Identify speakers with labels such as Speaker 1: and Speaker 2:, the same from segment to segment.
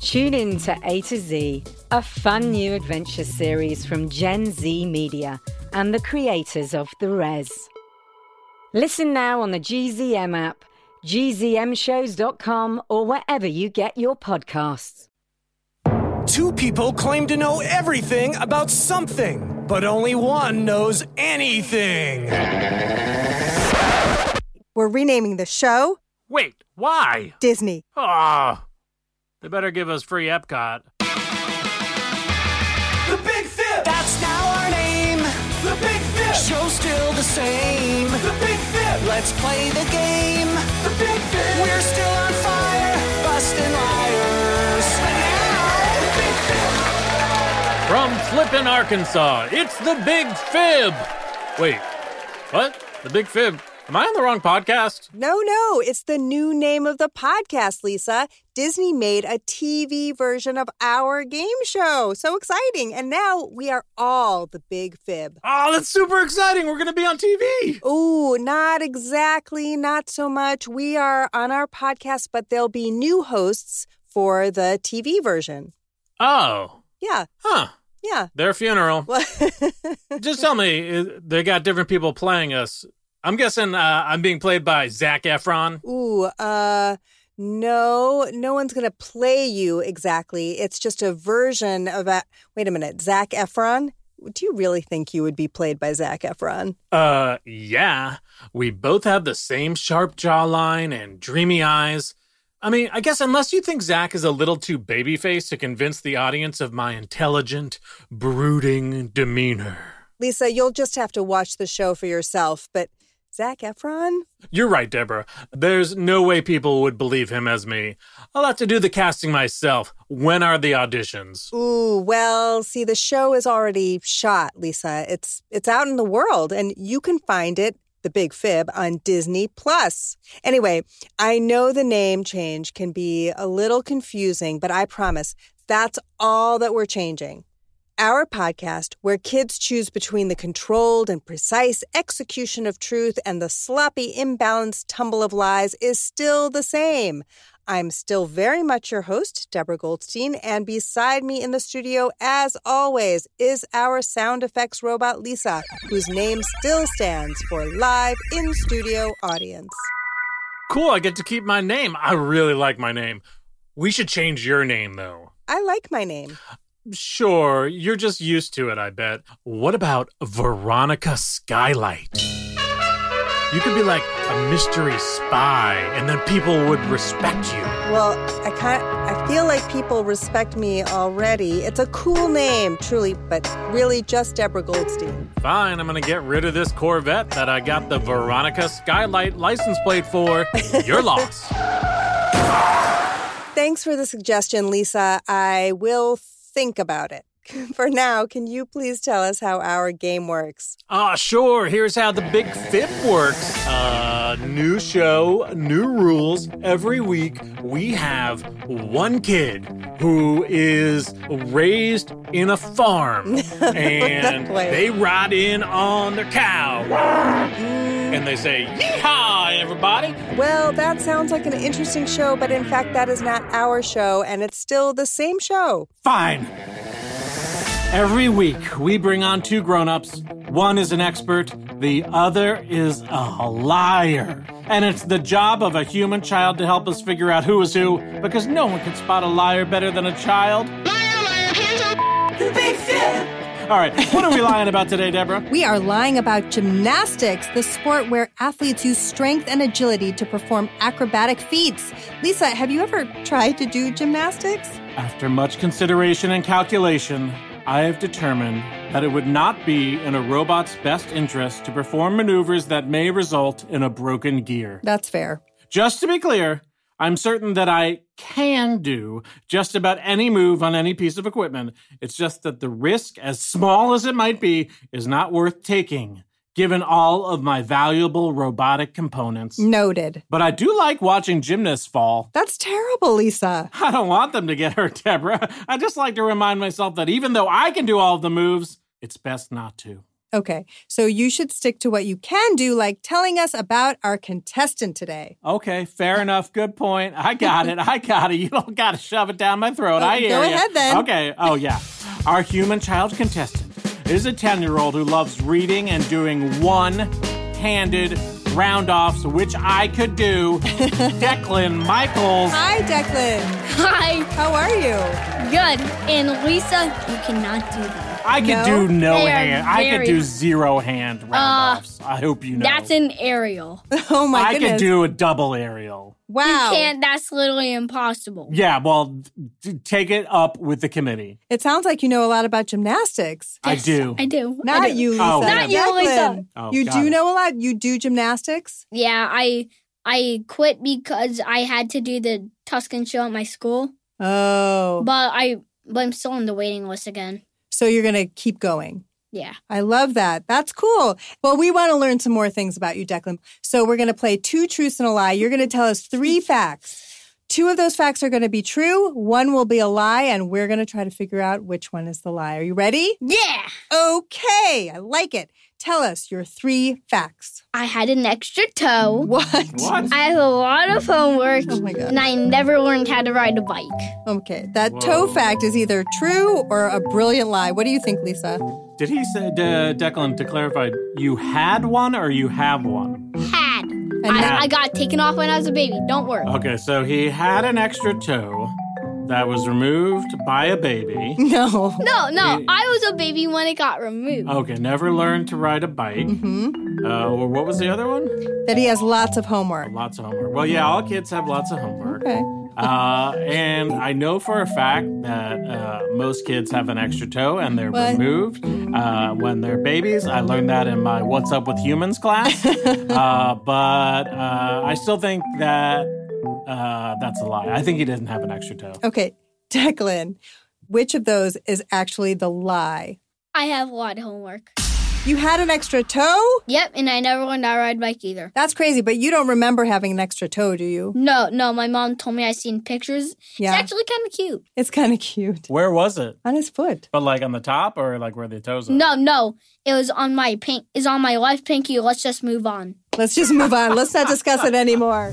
Speaker 1: Tune in to A to Z, a fun new adventure series from Gen Z Media and the creators of The Res. Listen now on the GZM app, gzmshows.com, or wherever you get your podcasts.
Speaker 2: Two people claim to know everything about something, but only one knows anything.
Speaker 3: We're renaming the show
Speaker 4: Wait, why?
Speaker 3: Disney.
Speaker 4: Ah, they better give us free Epcot.
Speaker 2: The Big Fib! That's now our name. The Big Fib! Show's still the same. The Big Fib! Let's play the game. The Big Fib! We're still on fire, busting liars.
Speaker 4: From Flippin', Arkansas, it's the Big Fib. Wait, what? The Big Fib? Am I on the wrong podcast?
Speaker 3: No, no, it's the new name of the podcast, Lisa. Disney made a TV version of our game show. So exciting. And now we are all the big fib.
Speaker 4: Oh, that's super exciting. We're going to be on TV.
Speaker 3: Ooh, not exactly, not so much. We are on our podcast, but there'll be new hosts for the TV version.
Speaker 4: Oh,
Speaker 3: Yeah,
Speaker 4: huh.
Speaker 3: yeah.
Speaker 4: Their funeral.
Speaker 3: Well,
Speaker 4: Just tell me, uh, they got different people playing us. I'm guessing uh, I'm being played by Zach Efron.
Speaker 3: Ooh, uh, no, no one's going to play you exactly. It's just a version of a. Wait a minute, Zach Efron? Do you really think you would be played by Zach Efron?
Speaker 4: Uh, yeah. We both have the same sharp jawline and dreamy eyes. I mean, I guess unless you think Zach is a little too babyface to convince the audience of my intelligent, brooding demeanor.
Speaker 3: Lisa, you'll just have to watch the show for yourself, but Zach Efron?
Speaker 4: You're right, Deborah. There's no way people would believe him as me. I'll have to do the casting myself. When are the auditions?
Speaker 3: Ooh, well, see the show is already shot, Lisa. It's it's out in the world and you can find it the big fib on Disney Plus. Anyway, I know the name change can be a little confusing, but I promise that's all that we're changing. Our podcast, where kids choose between the controlled and precise execution of truth and the sloppy, imbalanced tumble of lies, is still the same. I'm still very much your host, Deborah Goldstein, and beside me in the studio, as always, is our sound effects robot, Lisa, whose name still stands for Live in Studio Audience.
Speaker 4: Cool, I get to keep my name. I really like my name. We should change your name, though.
Speaker 3: I like my name.
Speaker 4: Sure, you're just used to it, I bet. What about Veronica Skylight? You could be like a mystery spy, and then people would respect you.
Speaker 3: Well, I kind I feel like people respect me already. It's a cool name, truly, but really just Deborah Goldstein.
Speaker 4: Fine, I'm gonna get rid of this Corvette that I got the Veronica Skylight license plate for. You're lost.
Speaker 3: Thanks for the suggestion, Lisa. I will think about it. For now, can you please tell us how our game works?
Speaker 4: Ah, sure. Here's how the Big Fip works. Uh, new show, new rules. Every week, we have one kid who is raised in a farm, and
Speaker 3: way.
Speaker 4: they ride in on their cow, and they say, "Yeehaw, everybody!"
Speaker 3: Well, that sounds like an interesting show, but in fact, that is not our show, and it's still the same show.
Speaker 4: Fine. Every week, we bring on two grown ups. One is an expert, the other is a liar. And it's the job of a human child to help us figure out who is who, because no one can spot a liar better than a child. Liar, liar, hands up! The big fib! All right, what are we lying about today, Deborah?
Speaker 3: We are lying about gymnastics, the sport where athletes use strength and agility to perform acrobatic feats. Lisa, have you ever tried to do gymnastics?
Speaker 4: After much consideration and calculation, I have determined that it would not be in a robot's best interest to perform maneuvers that may result in a broken gear.
Speaker 3: That's fair.
Speaker 4: Just to be clear, I'm certain that I can do just about any move on any piece of equipment. It's just that the risk, as small as it might be, is not worth taking, given all of my valuable robotic components.
Speaker 3: Mm. Noted.
Speaker 4: But I do like watching gymnasts fall.
Speaker 3: That's terrible, Lisa.
Speaker 4: I don't want them to get hurt, Deborah. I just like to remind myself that even though I can do all of the moves, it's best not to.
Speaker 3: Okay, so you should stick to what you can do, like telling us about our contestant today.
Speaker 4: Okay, fair enough. Good point. I got it. I got it. You don't got to shove it down my throat.
Speaker 3: Well,
Speaker 4: I hear
Speaker 3: go
Speaker 4: ya.
Speaker 3: ahead then.
Speaker 4: Okay. Oh yeah. Our human child contestant is a ten-year-old who loves reading and doing one-handed round-offs, which I could do. Declan Michaels.
Speaker 3: Hi, Declan.
Speaker 5: Hi,
Speaker 3: How are you?
Speaker 5: good. And Lisa, you cannot do that.
Speaker 4: I could
Speaker 3: No,
Speaker 4: do no
Speaker 5: they are
Speaker 4: hand. I could
Speaker 5: very- Uh,
Speaker 4: do zero hand round-offs. I hope you know.
Speaker 5: That's an aerial. You
Speaker 3: Oh my
Speaker 4: I
Speaker 3: goodness.
Speaker 4: could do a double aerial.
Speaker 3: wow.
Speaker 5: can't. That's literally impossible.
Speaker 4: Yeah, well, t- take it up with the committee.
Speaker 3: It sounds like you know a lot about gymnastics.
Speaker 4: I
Speaker 5: Yes,
Speaker 4: do.
Speaker 5: I do. I
Speaker 3: Not
Speaker 5: do.
Speaker 3: you, Lisa.
Speaker 4: Oh, Not
Speaker 5: yeah. you, Lisa.
Speaker 3: Declan,
Speaker 4: Oh,
Speaker 3: you
Speaker 4: got
Speaker 3: do
Speaker 4: it.
Speaker 3: know a lot. You do gymnastics.
Speaker 5: Yeah, I I quit because I had to do the Tuscan show at my school,
Speaker 3: Oh,
Speaker 5: but I but I'm still on the waiting list again.
Speaker 3: so you're gonna keep going.
Speaker 5: Yeah.
Speaker 3: I love that. That's cool. Well, we want to learn some more things about you, Declan. So we're gonna play two truths and a lie. You're gonna tell us three facts. Two of those facts are going to be true. One will be a lie, and we're going to try to figure out which one is the lie. Are you ready?
Speaker 5: Yeah.
Speaker 3: Okay, I like it. Tell us your three facts.
Speaker 5: I had an extra toe.
Speaker 3: What?
Speaker 4: What?
Speaker 5: I have a lot of homework,
Speaker 3: Oh my God.
Speaker 5: and I never learned how to ride a bike.
Speaker 3: Okay, that toe fact is either true or a brilliant lie. What do you think, Lisa?
Speaker 4: Did he say, De- Declan, to clarify, you had one or you have one?
Speaker 5: Had.
Speaker 3: now-
Speaker 5: I, I got taken off when I was a baby. Don't worry.
Speaker 4: Okay, so he had an extra toe that was removed by a baby.
Speaker 3: No.
Speaker 5: No, no, I was a baby when it got removed.
Speaker 4: Okay, never learned to ride a bike. Uh, or what was the other one?
Speaker 3: That he has lots of homework.
Speaker 4: Lots of homework. Well, yeah, all kids have lots of homework.
Speaker 3: Okay.
Speaker 4: Uh, and I know for a fact that uh, most kids have an extra toe and they're
Speaker 3: What?
Speaker 4: removed uh, when they're babies. I learned that in my What's Up with Humans class. uh, but uh, I still think that uh, that's a lie. I think he doesn't have an extra toe.
Speaker 3: Okay, Declan, which of those is actually the lie?
Speaker 5: I have a lot of homework.
Speaker 3: You had an extra toe?
Speaker 5: Yep, and I never learned how to ride a bike either.
Speaker 3: That's crazy, but you don't remember having an extra toe, do you?
Speaker 5: No, no, my mom told me I seen pictures.
Speaker 3: Yeah.
Speaker 5: It's actually kind of cute.
Speaker 3: It's kind of cute.
Speaker 4: Where was it?
Speaker 3: On his foot.
Speaker 4: But like on the top or like where the toes are?
Speaker 5: No, no, it was on my pink. Is on my left pinky. Let's just move on.
Speaker 3: Let's just move on. Let's not discuss it anymore.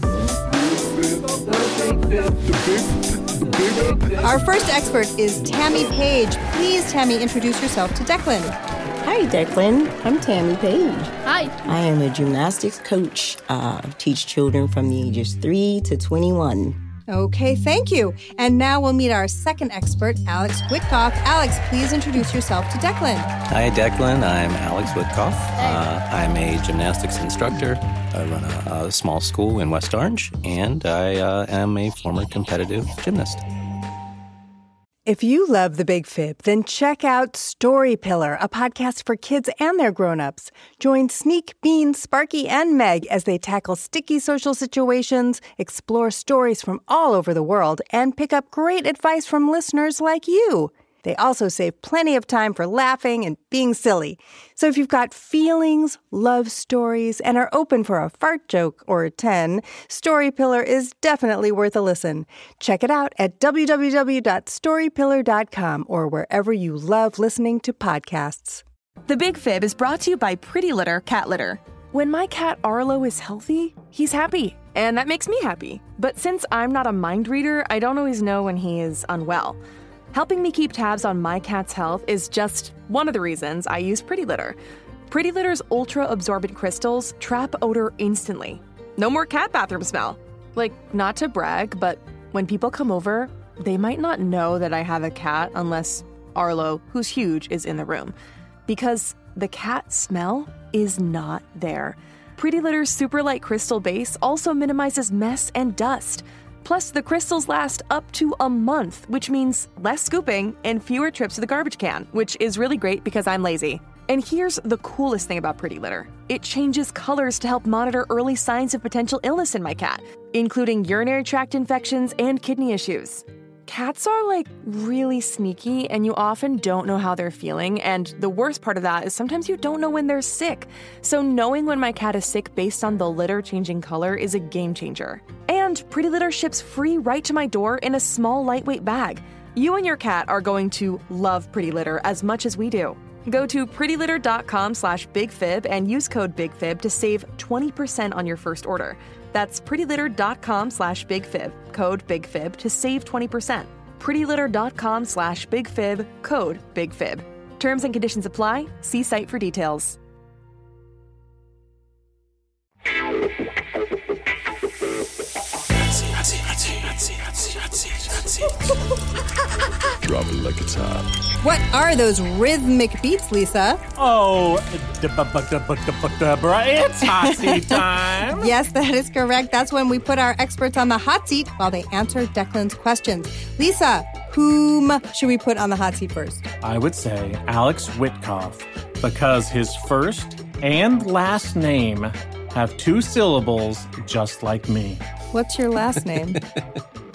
Speaker 3: Our first expert is Tammy Page. Please, Tammy, introduce yourself to Declan.
Speaker 6: Hi, Declan. I'm Tammy Page.
Speaker 5: Hi.
Speaker 6: I am a gymnastics coach. Uh, I teach children from the ages 3 to 21.
Speaker 3: Okay, thank you. And now we'll meet our second expert, Alex Witkoff. Alex, please introduce yourself to Declan.
Speaker 7: Hi, Declan. I'm Alex Witkoff. Uh, I'm a gymnastics instructor. I run a, a small school in West Orange, and I uh, am a former competitive gymnast.
Speaker 3: If you love the big fib, then check out Story Pillar, a podcast for kids and their grown-ups. Join Sneak, Bean, Sparky, and Meg as they tackle sticky social situations, explore stories from all over the world, and pick up great advice from listeners like you. They also save plenty of time for laughing and being silly. So if you've got feelings, love stories, and are open for a fart joke or a 10, Story Pillar is definitely worth a listen. Check it out at www.storypillar.com or wherever you love listening to podcasts.
Speaker 8: The Big Fib is brought to you by Pretty Litter Cat Litter. When my cat Arlo is healthy, he's happy, and that makes me happy. But since I'm not a mind reader, I don't always know when he is unwell. Helping me keep tabs on my cat's health is just one of the reasons I use Pretty Litter. Pretty Litter's ultra absorbent crystals trap odor instantly. No more cat bathroom smell. Like, not to brag, but when people come over, they might not know that I have a cat unless Arlo, who's huge, is in the room because the cat smell is not there. Pretty Litter's super light crystal base also minimizes mess and dust. Plus, the crystals last up to a month, which means less scooping and fewer trips to the garbage can, which is really great because I'm lazy. And here's the coolest thing about Pretty Litter it changes colors to help monitor early signs of potential illness in my cat. including urinary tract infections and kidney issues. Cats are like really sneaky, and you often don't know how they're feeling. And the worst part of that is sometimes you don't know when they're sick. So, knowing when my cat is sick based on the litter changing color is a game changer. And Pretty Litter ships free right to my door in a small, lightweight bag. You and your cat are going to love Pretty Litter as much as we do. Go to prettylitter.com slash bigfib and use code bigfib to save 20% on your first order. That's prettylitter.com slash bigfib, code bigfib to save 20%. prettylitter.com slash bigfib, code bigfib. Terms and conditions apply. See site for details.
Speaker 9: Drop it like it's hot.
Speaker 3: What are those rhythmic beats, Lisa?
Speaker 4: Oh, it's hot seat time.
Speaker 3: Yes, that is correct. That's when we put our experts on the hot seat while they answer Declan's questions. Lisa, whom should we put on the hot seat first?
Speaker 4: I would say Alex Witkoff because his first and last name have two syllables just like me.
Speaker 3: What's your last name?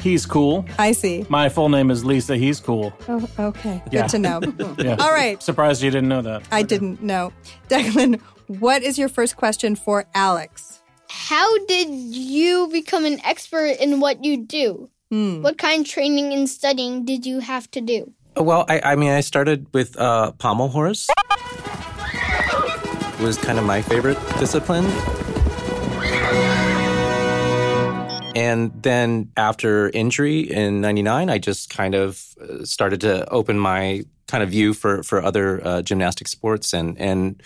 Speaker 4: He's cool.
Speaker 3: I see.
Speaker 4: My full name is Lisa. He's cool.
Speaker 3: Oh, okay.
Speaker 4: Yeah.
Speaker 3: Good to know.
Speaker 4: Yeah.
Speaker 3: All right.
Speaker 4: Surprised you didn't know that.
Speaker 3: I didn't know. Declan, what is your first question for Alex?
Speaker 5: How did you become an expert in what you do? What kind of training and studying did you have to do?
Speaker 7: Well, I, I mean, I started with uh, pommel horse. was kind of my favorite discipline. And then after injury in 99, I just kind of uh, started to open my kind of view for, for other uh, gymnastic sports. And, and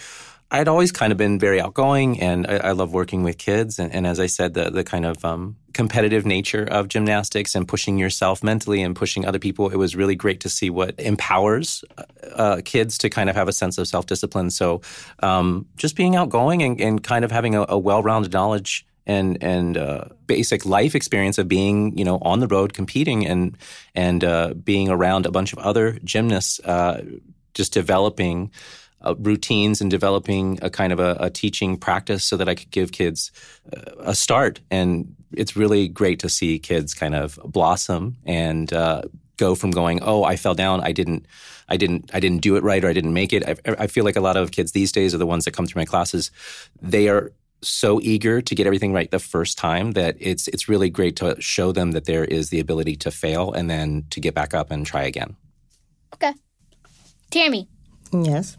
Speaker 7: I'd always kind of been very outgoing and I, I love working with kids. And, and as I said, the, the kind of um, competitive nature of gymnastics and pushing yourself mentally and pushing other people, it was really great to see what empowers uh, kids to kind of have a sense of self discipline. So um, just being outgoing and, and kind of having a, a well rounded knowledge and and uh, basic life experience of being you know on the road competing and and uh, being around a bunch of other gymnasts, uh, just developing uh, routines and developing a kind of a, a teaching practice so that I could give kids uh, a start. And it's really great to see kids kind of blossom and. Uh, go from going oh i fell down i didn't i didn't i didn't do it right or i didn't make it I, I feel like a lot of kids these days are the ones that come through my classes they are so eager to get everything right the first time that it's it's really great to show them that there is the ability to fail and then to get back up and try again.
Speaker 5: Okay. Tammy,
Speaker 6: Yes.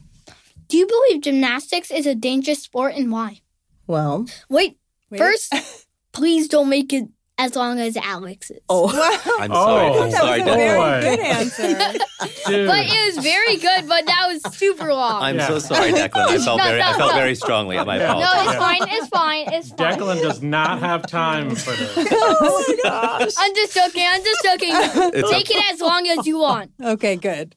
Speaker 5: do you believe gymnastics is a dangerous sport and why?
Speaker 6: Well,
Speaker 5: Wait, first, please don't make it as long as Alex's.
Speaker 6: oh,
Speaker 7: I'm
Speaker 4: Oh.
Speaker 7: sorry. I'm
Speaker 4: That
Speaker 7: sorry.
Speaker 4: was a very-
Speaker 7: Declan.
Speaker 4: Boy.
Speaker 3: good answer.
Speaker 4: Dude.
Speaker 5: But it was very good, but that was super long.
Speaker 7: I'm
Speaker 4: Yeah.
Speaker 7: so sorry, Declan. I felt
Speaker 5: No,
Speaker 7: very I
Speaker 5: no,
Speaker 7: felt
Speaker 5: no.
Speaker 7: very strongly. My
Speaker 4: No,
Speaker 5: no,
Speaker 7: apologies.
Speaker 5: it's fine. It's fine. It's fine.
Speaker 4: Declan does not have time for this.
Speaker 5: I'm just joking. I'm just joking.
Speaker 7: It's
Speaker 5: Take it as long as you want.
Speaker 3: okay, good.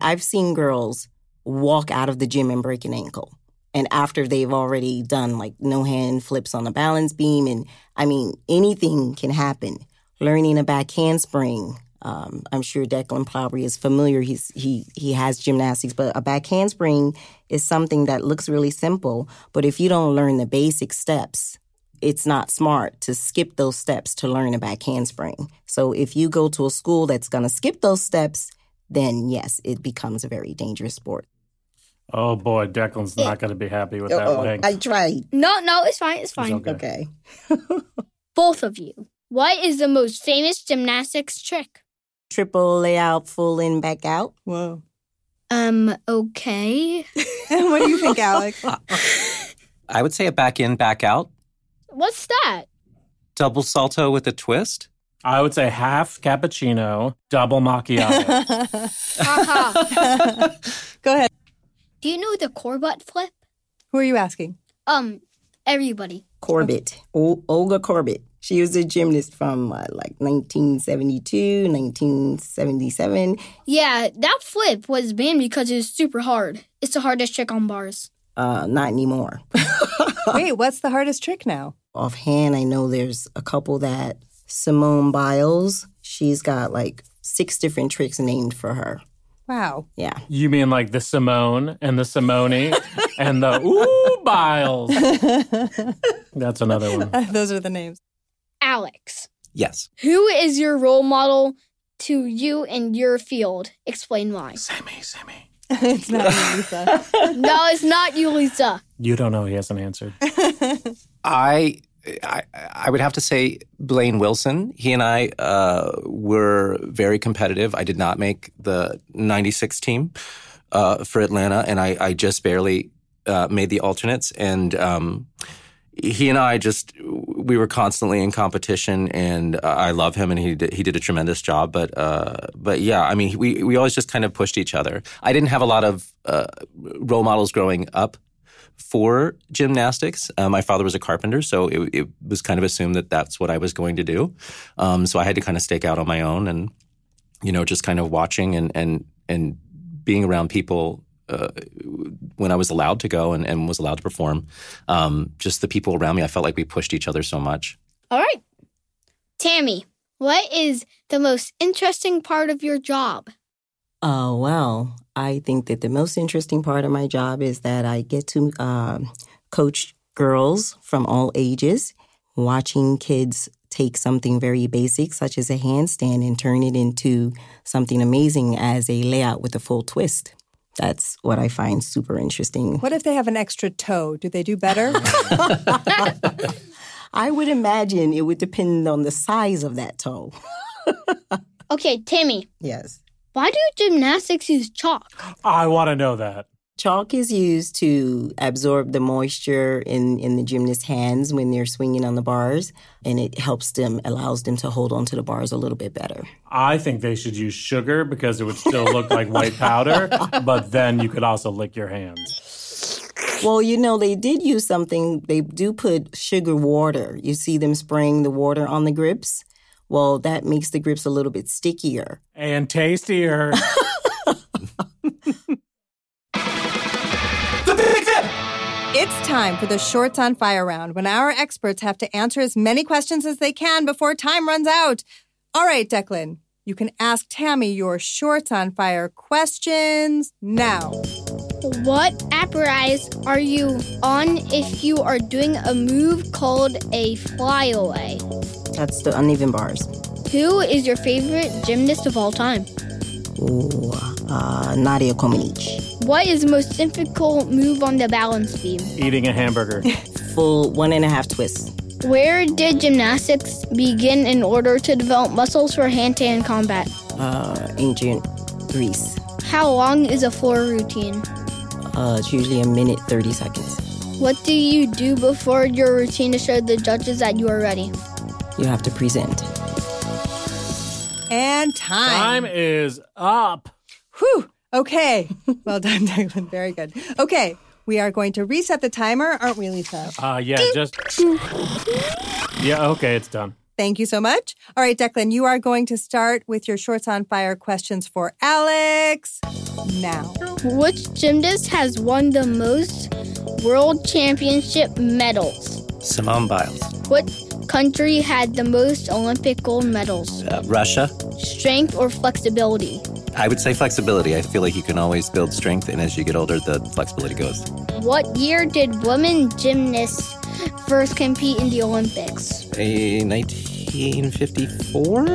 Speaker 6: I've seen girls walk out of the gym and break an ankle. And after they've already done like no hand flips on a balance beam, and I mean, anything can happen. Learning a back handspring. Um, I'm sure Declan probably is familiar. He's he he has gymnastics, but a back handspring is something that looks really simple. But if you don't learn the basic steps, it's not smart to skip those steps to learn a back handspring. So if you go to a school that's going to skip those steps, then yes, it becomes a very dangerous sport.
Speaker 4: Oh boy, Declan's not going to be happy with that wing.
Speaker 6: I tried.
Speaker 5: No, no, it's fine. It's fine.
Speaker 4: okay.
Speaker 6: Okay.
Speaker 5: Both of you. What is the most famous gymnastics trick?
Speaker 6: Triple layout, full in, back out.
Speaker 3: Whoa.
Speaker 5: Um, okay.
Speaker 3: what do you think, Alex?
Speaker 7: I would say a back in, back out,
Speaker 5: What's that?
Speaker 7: double salto with a twist.
Speaker 4: I would say half cappuccino, double macchiato.
Speaker 5: Haha.
Speaker 3: Go ahead.
Speaker 5: Do you know the Corbutt flip?
Speaker 3: Who are you asking?
Speaker 5: Um, everybody.
Speaker 6: Corbett, o- Olga Corbett. She was a gymnast from uh, like 1972, 1977.
Speaker 5: Yeah, that flip was banned because it was super hard. It's the hardest trick on bars.
Speaker 6: Uh, not anymore.
Speaker 3: Wait, what's the hardest trick now?
Speaker 6: Offhand, I know there's a couple that Simone Biles, she's got like six different tricks named for her.
Speaker 3: Wow.
Speaker 6: Yeah.
Speaker 4: you mean like the Simone and the Simone and the Ooh Biles? That's another one.
Speaker 3: Those are the names.
Speaker 5: Alex.
Speaker 7: Yes.
Speaker 5: Who is your role model to you in your field? Explain why.
Speaker 4: Sammy, Sammy.
Speaker 3: it's not me, Lisa.
Speaker 5: no, it's not you, Lisa.
Speaker 4: You don't know he hasn't answered.
Speaker 7: I, I I would have to say Blaine Wilson. He and I uh, were very competitive. I did not make the '96 team uh, for Atlanta, and I, I just barely uh, made the alternates. And um, he and I just we were constantly in competition, and uh, I love him, and he did, he did a tremendous job. But uh, but yeah, I mean, we we always just kind of pushed each other. I didn't have a lot of uh, role models growing up for gymnastics. Uh, my father was a carpenter, so it, it was kind of assumed that that's what I was going to do. Um, so I had to kind of stake out on my own, and you know, just kind of watching and and and being around people uh, when I was allowed to go and, and was allowed to perform, um, just the people around me, I felt like we pushed each other so much.
Speaker 5: All right. Tammy, what is the most interesting part of your job?
Speaker 6: Oh, well, I think that the most interesting part of my job is that I get to um, coach girls from all ages, watching kids take something very basic, such as a handstand, and turn it into something amazing as a layout with a full twist. That's what I find super interesting.
Speaker 3: what if they have an extra toe? Do they do better?
Speaker 6: I would imagine it would depend on the size of that toe.
Speaker 5: Okay, Tammy,
Speaker 6: Yes.
Speaker 5: why do gymnastics use chalk?
Speaker 4: I want to know that.
Speaker 6: Chalk is used to absorb the moisture in, in the gymnast's hands when they're swinging on the bars, and it helps them, allows them to hold onto the bars a little bit better.
Speaker 4: I think they should use sugar because it would still look like white powder, but then you could also lick your hands.
Speaker 6: Well, you know, they did use something, they do put sugar water. You see them spraying the water on the grips. Well, that makes the grips a little bit stickier.
Speaker 4: And tastier.
Speaker 3: It's time for the Shorts on Fire round when our experts have to answer as many questions as they can before time runs out. All right, Declan, you can ask Tammy your Shorts on Fire questions now.
Speaker 5: What apparatus are you on if you are doing a move called a flyaway?
Speaker 6: That's the uneven bars.
Speaker 5: Who is your favorite gymnast of all time?
Speaker 6: Ooh, uh, Nadia Comaneci.
Speaker 5: What is the most difficult move on the balance beam?
Speaker 4: Eating a hamburger.
Speaker 6: Full one and a half twists.
Speaker 5: Where did gymnastics begin in order to develop muscles for hand to hand combat?
Speaker 6: Uh, ancient Greece.
Speaker 5: How long is a floor routine?
Speaker 6: Uh, it's usually a minute, 30 seconds.
Speaker 5: What do you do before your routine to show the judges that you are ready?
Speaker 6: You have to present.
Speaker 3: And time.
Speaker 4: Time is up.
Speaker 3: Whew. Okay. well done, Declan. Very good. Okay. We are going to reset the timer, aren't we, Lisa?
Speaker 4: Uh, yeah, just. Yeah, okay, it's done.
Speaker 3: Thank you so much. All right, Declan, you are going to start with your Shorts on Fire questions for Alex now.
Speaker 5: Which gymnast has won the most world championship medals?
Speaker 7: Simone Biles,
Speaker 5: What country had the most Olympic gold medals?
Speaker 7: uh, Russia.
Speaker 5: Strength or flexibility?
Speaker 7: I would say flexibility. I feel like you can always build strength, and as you get older, the flexibility goes.
Speaker 5: What year did women gymnasts first compete in the Olympics?
Speaker 7: A 1954.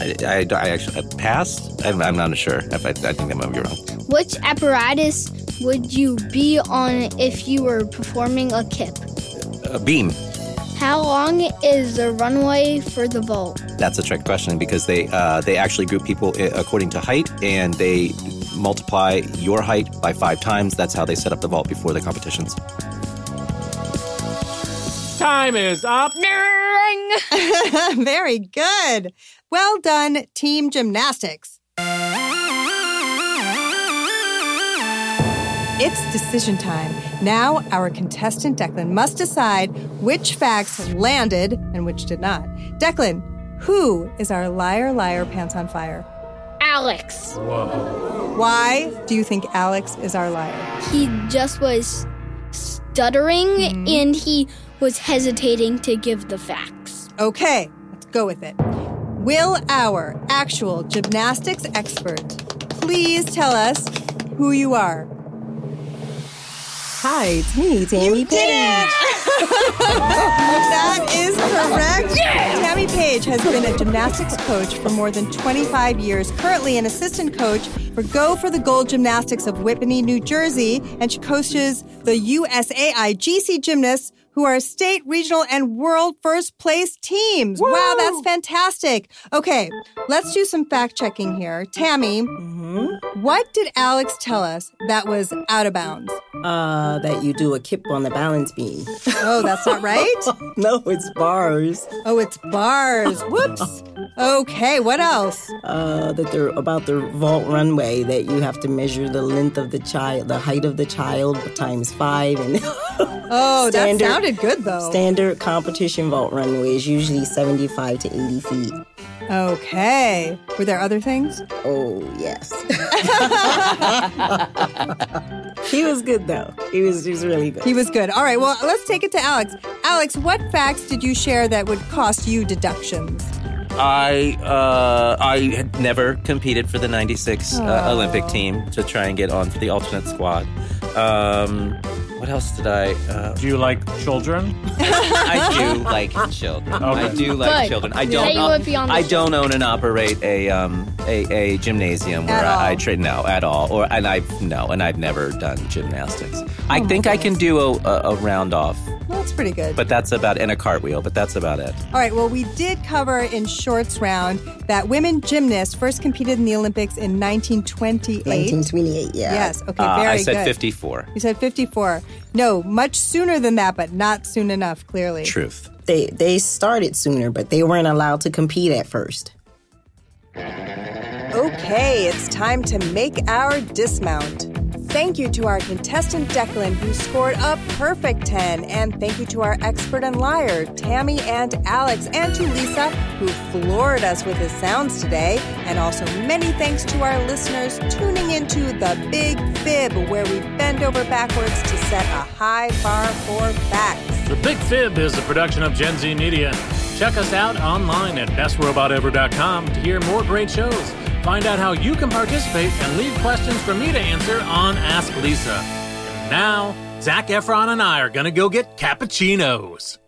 Speaker 7: I, I, I actually I passed. I'm, I'm not sure. If I, I think that might be wrong.
Speaker 5: Which apparatus would you be on if you were performing a kip?
Speaker 7: A Uh, beam.
Speaker 5: How long is the runway for the vault?
Speaker 7: That's a trick question because they uh, they actually group people i- according to height, and they multiply your height by five times. That's how they set up the vault before the competitions.
Speaker 4: Time is up.
Speaker 3: Very good. Well done, Team Gymnastics. It's decision time. Now, our contestant Declan must decide which facts landed and which did not. Declan, who is our liar, liar, pants on fire?
Speaker 5: Alex.
Speaker 3: Why do you think Alex is our liar?
Speaker 5: He just was stuttering and he was hesitating to give the facts.
Speaker 3: Okay, let's go with it. Will our actual gymnastics expert please tell us who you are?
Speaker 6: Hi, it's me, Tammy Page.
Speaker 3: That is correct. Tammy Page has been a gymnastics coach for more than 25 years, currently an assistant coach for Go for the Gold Gymnastics of Whippany, New Jersey, and she coaches the USAI GC gymnasts who are state, regional, and world first place teams. Wow, that's fantastic. Okay, let's do some fact checking here. Tammy, what did Alex tell us that was out of bounds?
Speaker 6: Uh, that you do a kip on the balance beam.
Speaker 3: Oh, that's not right?
Speaker 6: no, it's bars.
Speaker 3: Oh, it's bars. Whoops. Okay, what else?
Speaker 6: Uh, that they're about the vault runway that you have to measure the length of the child, the height of the child times five, and
Speaker 3: Oh,
Speaker 6: Standard-
Speaker 3: that sounded good though.
Speaker 6: standard competition vault runway is usually seventy-five to eighty feet.
Speaker 3: okay. Were there other things?
Speaker 6: Oh yes. he was good though. He was he was really good.
Speaker 3: He was good. All right, well, let's take it to Alex. Alex, what facts did you share that would cost you deductions?
Speaker 7: I uh, I had never competed for the '96 uh, Olympic team to try and get on for the alternate squad. Um, what else did I? Uh,
Speaker 4: Do you like children?
Speaker 7: I do like children. I do like
Speaker 5: But
Speaker 7: children. I
Speaker 5: they
Speaker 7: don't.
Speaker 5: will be on the
Speaker 7: I don't own and operate a um a, a gymnasium where
Speaker 3: At
Speaker 7: I, I
Speaker 3: all.
Speaker 7: train. No, at all. Or and I've no, and I've never done gymnastics. I
Speaker 5: Oh
Speaker 7: think I can do a, a, a round off,
Speaker 3: Well, that's pretty good.
Speaker 7: but that's about and a cartwheel, but that's about it.
Speaker 3: All right, well, we did cover in shorts round that women gymnasts first competed in the Olympics in 1928.
Speaker 6: Nineteen twenty-eight. Yeah.
Speaker 3: Yes, okay,
Speaker 7: Uh,
Speaker 3: very
Speaker 7: I said
Speaker 3: good.
Speaker 7: 54.
Speaker 3: You said 54. No, much sooner than that, but not soon enough, clearly.
Speaker 7: Truth.
Speaker 6: They they started sooner, but they weren't allowed to compete at first.
Speaker 3: Okay, it's time to make our dismount. Thank you to our contestant Declan, who scored a perfect 10. And thank you to our expert and liar, Tammy and Alex, and to Lisa, who floored us with his sounds today. And also many thanks to our listeners tuning into The Big Fib, where we bend over backwards to set a high bar for facts.
Speaker 4: The Big Fib is a production of Gen Z Media. Check us out online at bestrobotever.com to hear more great shows. Find out how you can participate and leave questions for me to answer on Ask Lisa. And now, Zach Efron and I are going to go get cappuccinos.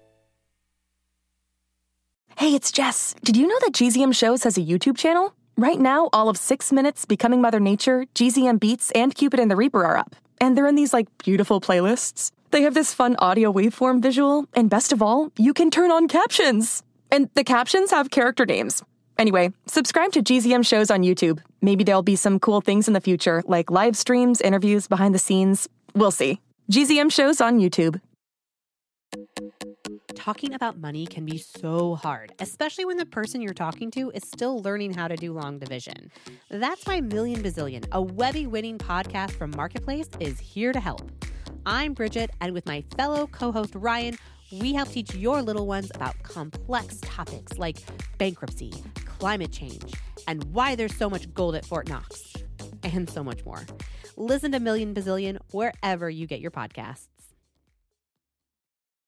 Speaker 8: Hey, it's Jess. Did you know that GZM Shows has a YouTube channel? Right now, all of Six Minutes, Becoming Mother Nature, GZM Beats, and Cupid and the Reaper are up. And they're in these, like, beautiful playlists. They have this fun audio waveform visual, and best of all, you can turn on captions. And the captions have character names. Anyway, subscribe to GZM Shows on YouTube. Maybe there'll be some cool things in the future, like live streams, interviews, behind the scenes. We'll see. GZM Shows on YouTube.
Speaker 9: Talking about money can be so hard, especially when the person you're talking to is still learning how to do long division. That's why Million Bazillion, a Webby winning podcast from Marketplace, is here to help. I'm Bridget, and with my fellow co host Ryan, we help teach your little ones about complex topics like bankruptcy, climate change, and why there's so much gold at Fort Knox, and so much more. Listen to Million Bazillion wherever you get your podcasts.